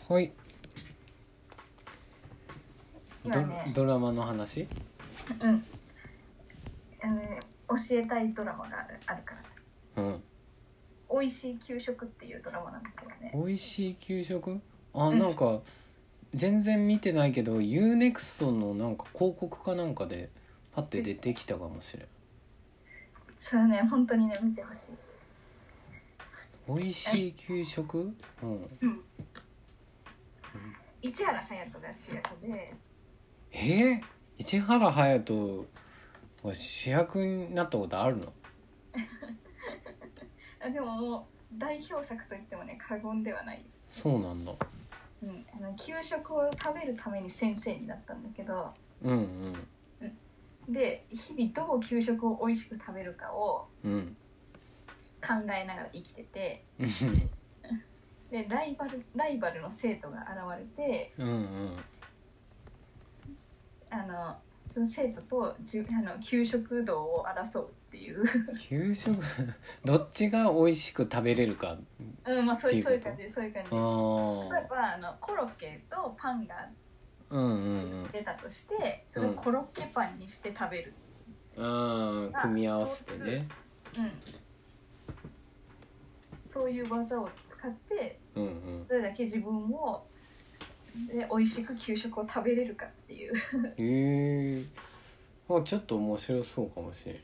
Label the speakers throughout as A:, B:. A: ほい
B: 今
A: ド
B: ね
A: ドラマの話
B: うんあのね教えたいドラマがあるあるから
A: うん
B: 「美味しい給食」っていうドラマなんだけどね
A: 美味しい給食あ
B: うん
A: なんか全然見てないけど UNEXT のなんか広告かなんかでパッて出てきたかもしれん
B: それはね本当にね見てほしい
A: 美味しい給食うん
B: うん市原隼人が主役で
A: えー、市原隼人は主役になったことあるの
B: あでももう代表作といってもね過言ではない、
A: そうなんだ
B: うん、あの給食を食べるために先生になったんだけど
A: うんうん
B: で日々どう給食を美味しく食べるかを
A: うん
B: 考えながら生きてて
A: うん
B: でライバルライバルの生徒が現れて
A: うん
B: あのその生徒とじゅあの給食道を争うっていう、
A: 給食 どっちが美味しく食べれるか
B: うんまあ、そういう
A: って
B: そう
A: いこと
B: いうう感じそういう感じ
A: あ
B: 例
A: ー
B: えばあのコロッケとパンが
A: うんうん
B: 出たとしてそれをコロッケパンにして食べる、
A: うんうん組み合わせてね
B: うんそういう技を使って
A: うんうん
B: どれだけ自分をで美味しく給食を食べれるかっていう、
A: へえあちょっと面白そうかもしれん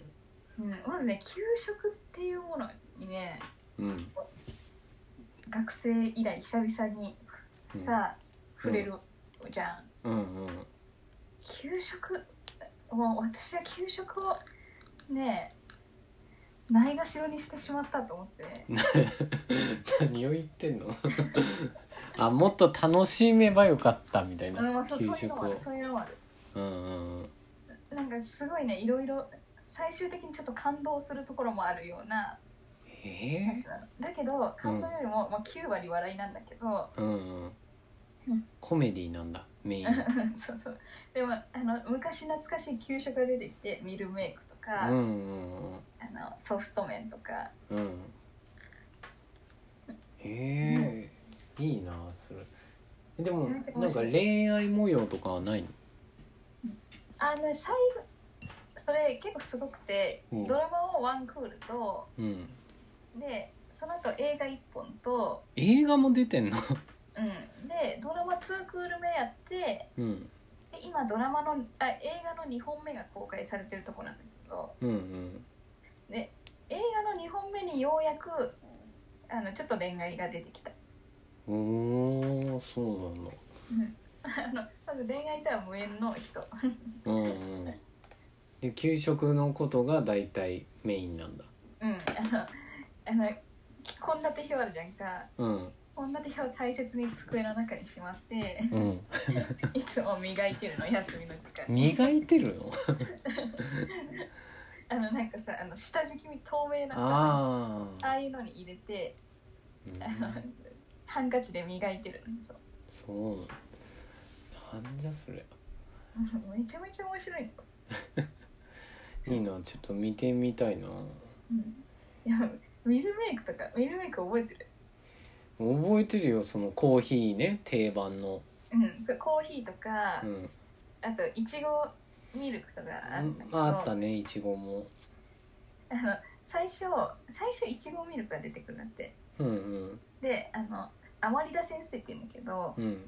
B: うん、まずね給食っていうものにね
A: うん
B: 学生以来久々に
A: うん
B: さ、触れるじゃん
A: うんうん
B: 給食もう私は給食をねえないがしろにしてしまったと思って
A: 何を言ってんの あもっと楽しめばよかったみたいな
B: うんまあそう
A: 給
B: そうい
A: 食
B: うのもあ
A: を
B: るそういうのもある
A: うんうんうん
B: なんかすごいねいろいろ最終的にちょっと感動するところもあるような
A: え
B: だけど感動よりも、まあ、9割笑いなんだけど
A: えうんうん
B: うん
A: コメディなんだメ イン
B: そうそうでもあの昔懐かしい給食が出てきてミルメイクとか、
A: うんうんうん
B: あのソフト麺とか
A: うんへえいいなそれえでも
B: めちゃめちゃ
A: な
B: 面
A: んか
B: 白い
A: 恋愛模様とかはないの
B: あの最後それ結構すごくて、
A: うん
B: ドラマをワンクールと
A: うん
B: でその後映画1本と、
A: 映画も出てんの
B: うん、でドラマ2クール目やって
A: うん
B: で今ドラマのあ映画の2本目が公開されてるとこなんだけど
A: うんうん
B: 映画の2本目にようやくあのちょっと恋愛が出てきた、
A: おおそうなんだ
B: うん、あのまず恋愛とは無縁の人
A: うんうんで給食のことが大体メインなんだ
B: うんあのあの献立表あるじゃんか
A: うん
B: 献立表を大切に机の中にしまって
A: うん
B: いつも磨いてるの休みの時間
A: 磨いてるの
B: あのなんかさあの下敷きみ透明なさ
A: あ
B: ああ
A: あ、
B: いうのに入れて
A: う
B: あの
A: ん、
B: ハンカチで磨いてるの そう
A: そうなんなんじゃそれ
B: めちゃめちゃ面白いの、
A: いいなちょっと見てみたいな
B: うん、いやミルメイクとかミルメイク覚えてる
A: 覚えてるよそのコーヒーね定番の
B: うんコーヒーとか、
A: うん
B: あといちごミルクとかあったけど
A: ああったねいちごも
B: あの最初最初いちごミルクが出てくるんだって
A: うんうん
B: であのアマリダ先生って言うんだけど
A: うん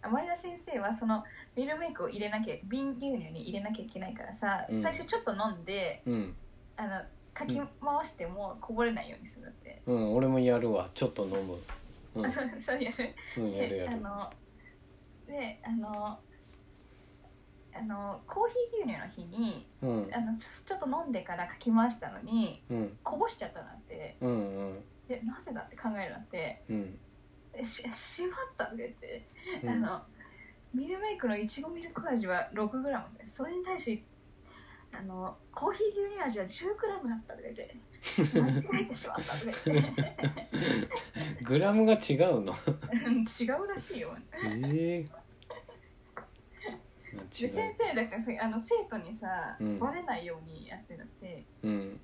B: アマリダ先生はそのミルメイクを入れなきゃ瓶牛乳に入れなきゃいけないからさ、
A: うん
B: 最初ちょっと飲んで
A: うん、
B: あのかき回してもこぼれないようにするんだって、
A: うん、俺もやるわちょっと飲むうん、
B: そうそうやる
A: うん、やる
B: で
A: や
B: あ
A: る
B: のであのあのコーヒー牛乳の日に
A: うん
B: あのちょちょっと飲んでからかき回したのに
A: うん
B: こぼしちゃったなんて
A: うんうん
B: でなぜだって考えるなんて
A: うん
B: えししまったって言って、
A: うん
B: あのミルメイクのいちごミルク味は 6g でそれに対しあのコーヒー牛乳味は 10g だったって 言って間違えてしまったって言って
A: グラムが違うの
B: うん違うらしいよ
A: ええ
B: で
A: 違う
B: 先生だからさあの生徒にさ、
A: うん
B: バレないようにやってるって
A: うん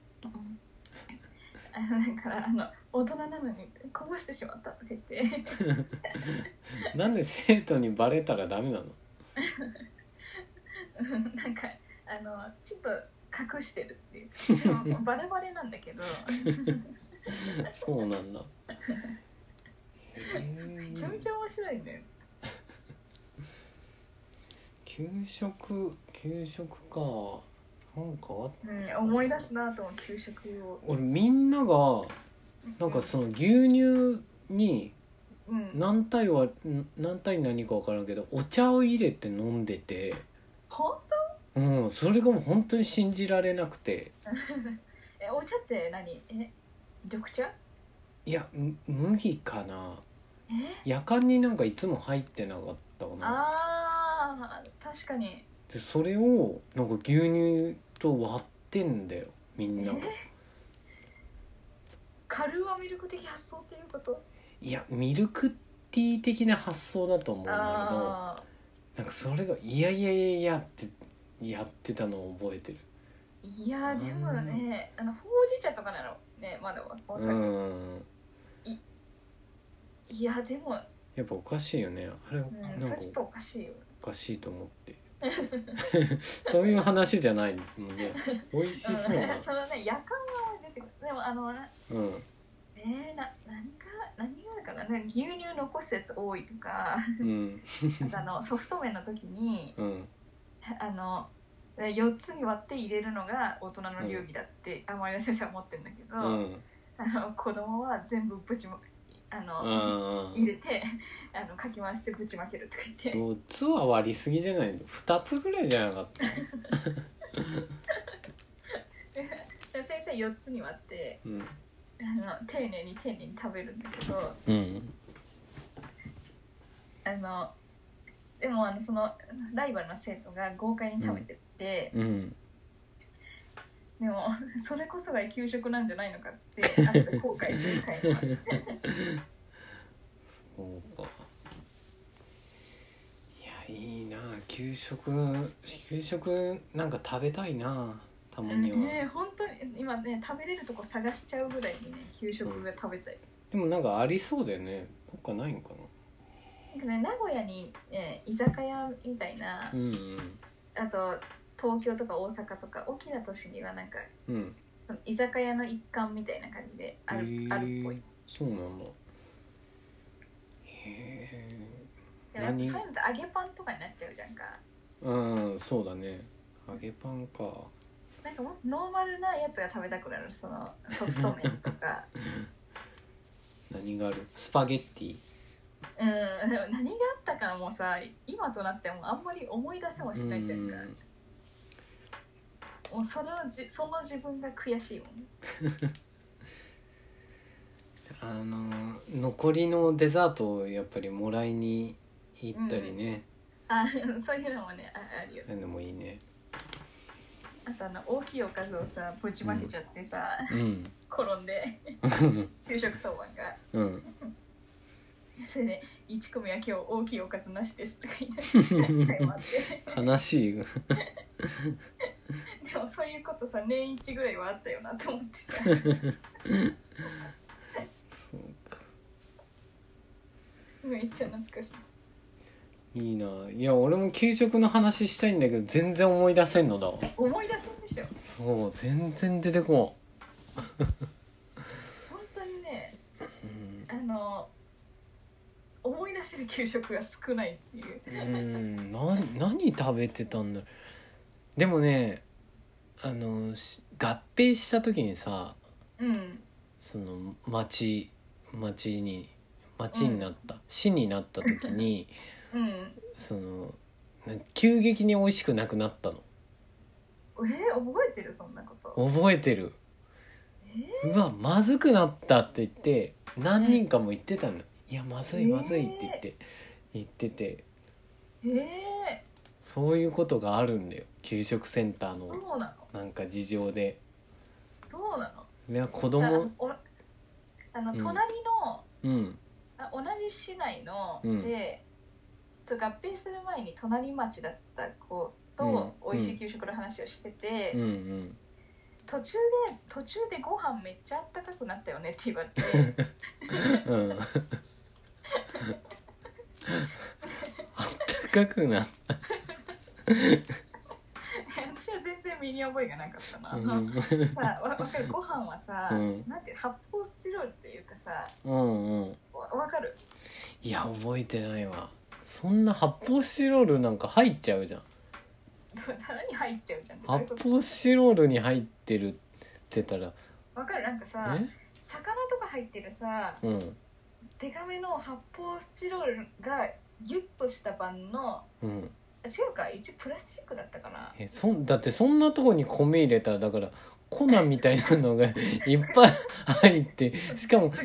B: あのだからあの大人なのにこぼしてしまったとか言って
A: なんで生徒にバレたらダメなの
B: なんかあのちょっと隠してるっていうかでもバレバレなんだけど
A: そうなんだへ
B: めちゃめ
A: え
B: ちゃ面白いんだよ
A: 給食給食かなんかあっ
B: うん、思い出すなと思う給食を
A: 俺みんながなんかその牛乳に
B: うん
A: 何対はん何対何か分からんけどお茶を入れて飲んでて、
B: ほん
A: うん、それがもう本当に信じられなくて
B: えお茶って何え緑茶
A: いやむ麦かな
B: え
A: 夜間になんかいつも入ってなかったかな
B: あー確かに
A: でそれをなんか牛乳と割ってんだよみんなが
B: カルーアミルク的発想っていうこと
A: いやミルクティー的な発想だと思うんだけど
B: ああ
A: なんかそれが「いやいやいやいや」ってやってたのを覚えてる
B: いやーでもねあのほうじ茶とかなのねまだわか
A: う
B: る、
A: ん
B: いやでも、
A: やっぱおかしいよねあれ、
B: うん、
A: な
B: そ
A: ん
B: れ
A: か
B: ちょっとおかしいよ
A: おかしいと思ってそういう話じゃないもんね美味しそうな
B: うん そのね夜間は出てくるでもあのな
A: うん
B: えー、な何か何があるかななんか牛乳残すやつ多いと か
A: うん
B: あとあのソフト麺の時に
A: うん
B: あの4つに割って入れるのが大人の流儀だって甘い先生は思ってるんだけど、
A: うん
B: あの子供は全部ぶちまあの、
A: あ
B: 入れてあのかき回してぶちまけるとか言って、
A: 4つは割りすぎじゃないの2つぐらいじゃなかった
B: で先生4つに割って
A: うん
B: あの丁寧に丁寧に食べるんだけど
A: うん
B: あのでもあのそのライバルの生徒が豪快に食べてって、
A: うん
B: でもそれこそが給食なんじゃないのかって後で後悔する会話
A: そうかいやいいな給食給食なんか食べたいなたまには、
B: ね本当に今ね食べれるとこ探しちゃうぐらいにね給食が食べたい、
A: でもなんかありそうだよねどっかないんか
B: なんかね名古屋に、えー居酒屋みたいな
A: なう、ん
B: あと東京とか大阪とか大きな都市にはなんか
A: うんうん
B: その居酒屋の一環みたいな感じである,、あるっぽ
A: へ
B: い
A: えそうなんだへ
B: でもやっぱ
A: 何
B: そういうのって揚げパンとかになっちゃうじゃんか
A: えうんそうだね揚げパンか
B: なんかもっとノーマルなやつが食べたくなるそのソフト麺と か
A: 何があるスパゲッティ
B: うんでも何があったかもうさ今となってもあんまり思い出せもしないじゃんか
A: うん
B: もうそのじその自分が悔しいもん
A: あの残りのデザートをやっぱりもらいに行ったりね、
B: あそういうのもねああるよ
A: なんでもいいね
B: あとあの大きいおかずをさぶちまけちゃってさ、
A: うん
B: 転んで給食当番が
A: うん
B: それで1組は今日大きいおかずなしですとか言いながら謝って
A: 悲しい
B: でもそういうことさ年一ぐらいはあったよなと思ってさ
A: そうか
B: めっちゃ懐かしい
A: いいないや俺も給食の話したいんだけど全然思い出せんのだわ
B: 思い出すんでしょ
A: そう全然出てこ
B: 本当にね
A: ん
B: あの思い出せる給食が少ないっていう
A: うんうんな何食べてたんだろうでもねあのし合併した時にさ
B: うん
A: その町町に町になった、市になった時に
B: うん
A: そのな急激に美味しくなくなったの
B: えー、覚えてるそんなこと
A: 覚えてる
B: え
A: うわまずくなったって言って何人かも言ってたのいやまずいまずいって言って言ってて
B: ー、え
A: そういうことがあるんだよ給食センター
B: ー、
A: の
B: どうなの
A: なんか事情で
B: どうなの
A: いや子
B: あ
A: 供
B: おあの
A: うん
B: 隣の、
A: うん
B: あ同じ市内の、
A: うん
B: でちょっと合併する前に隣町だった子と、
A: うん
B: 美味しい給食の話をしてて、
A: うんうん
B: 途中で途中でご飯めっちゃあったかくなったよねって言われて
A: うん。あったかくなっ
B: 私は全然身に覚えがなかった
A: た。
B: な、
A: う
B: さ
A: ん。
B: あわわかるご飯はさ、
A: うん
B: なんて発泡スチロールっていうかさ
A: うんうん。
B: わわかる
A: いや、覚えてないわ。そんな発泡スチロールなんか入っちゃうじゃん。
B: 棚に入っちゃうじゃんどういう
A: 発
B: こと
A: 泡スチロールに入ってるってたら、
B: わかるなんかさ
A: え
B: 魚とか入ってるさ
A: うん。
B: デカめの発泡スチロールがギュッとした版の
A: うん。
B: あ違うか一応プラスチックだったかな
A: え、そん、だってそんなとこに米入れたら、だから、粉みたいなのがいっぱい入って、しかも、し
B: なんとか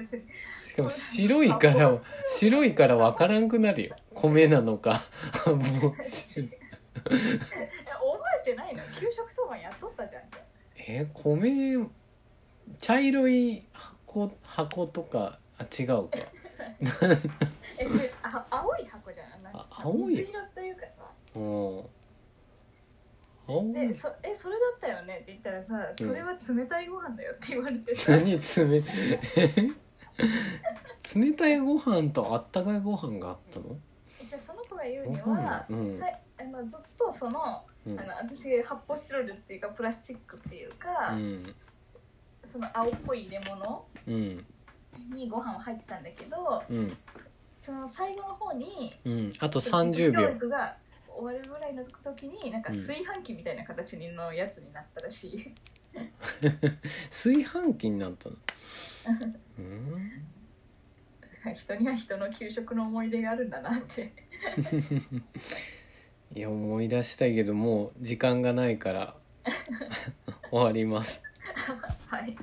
B: ですね
A: しかも白い から、白いからわからんくなるよ。米なのか、発泡スチロール
B: え覚えてないの給食当番やっとったじゃん
A: えー米茶色い箱箱とかあ違うか
B: えこれあ青い箱じゃんなんか
A: あ青い
B: 水色というかさ
A: うん青
B: で
A: い
B: そえそれだったよねって言ったらさそれは冷たいご飯だよって言われ てさ、
A: 何冷た冷たいご飯とあったかいご飯があったの
B: じゃあその子が言うに
A: ご飯
B: は
A: だ、うん
B: さあのずっとその,、
A: うん
B: あの私が発泡スチロールっていうかプラスチックっていうか、
A: うん
B: その青っぽい入れ物
A: うん
B: にご飯は入ってたんだけど
A: うん
B: その最後の方に
A: うんあと30
B: 教
A: 秒
B: 育が終わるぐらいの時になんか
A: うん
B: 炊飯器みたいな形のやつになったらしい、
A: 炊飯器になったのうん
B: 人には人の給食の思い出があるんだなって
A: いや思い出したいけどもう時間がないから終わります
B: はい